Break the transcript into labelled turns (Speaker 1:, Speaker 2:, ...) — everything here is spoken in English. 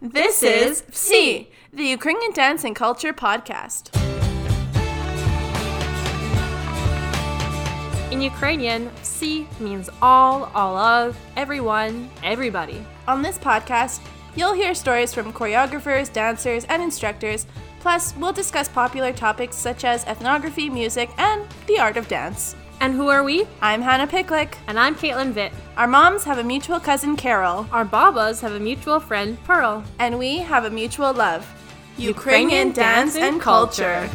Speaker 1: This is C, the Ukrainian Dance and Culture Podcast.
Speaker 2: In Ukrainian, "si" means all, all of, everyone, everybody.
Speaker 1: On this podcast, you'll hear stories from choreographers, dancers, and instructors. Plus, we'll discuss popular topics such as ethnography, music, and the art of dance.
Speaker 2: And who are we?
Speaker 1: I'm Hannah Picklick.
Speaker 2: And I'm Caitlin Vitt.
Speaker 1: Our moms have a mutual cousin, Carol,
Speaker 2: Our babas have a mutual friend, Pearl.
Speaker 1: and we have a mutual love
Speaker 2: Ukrainian dance and culture.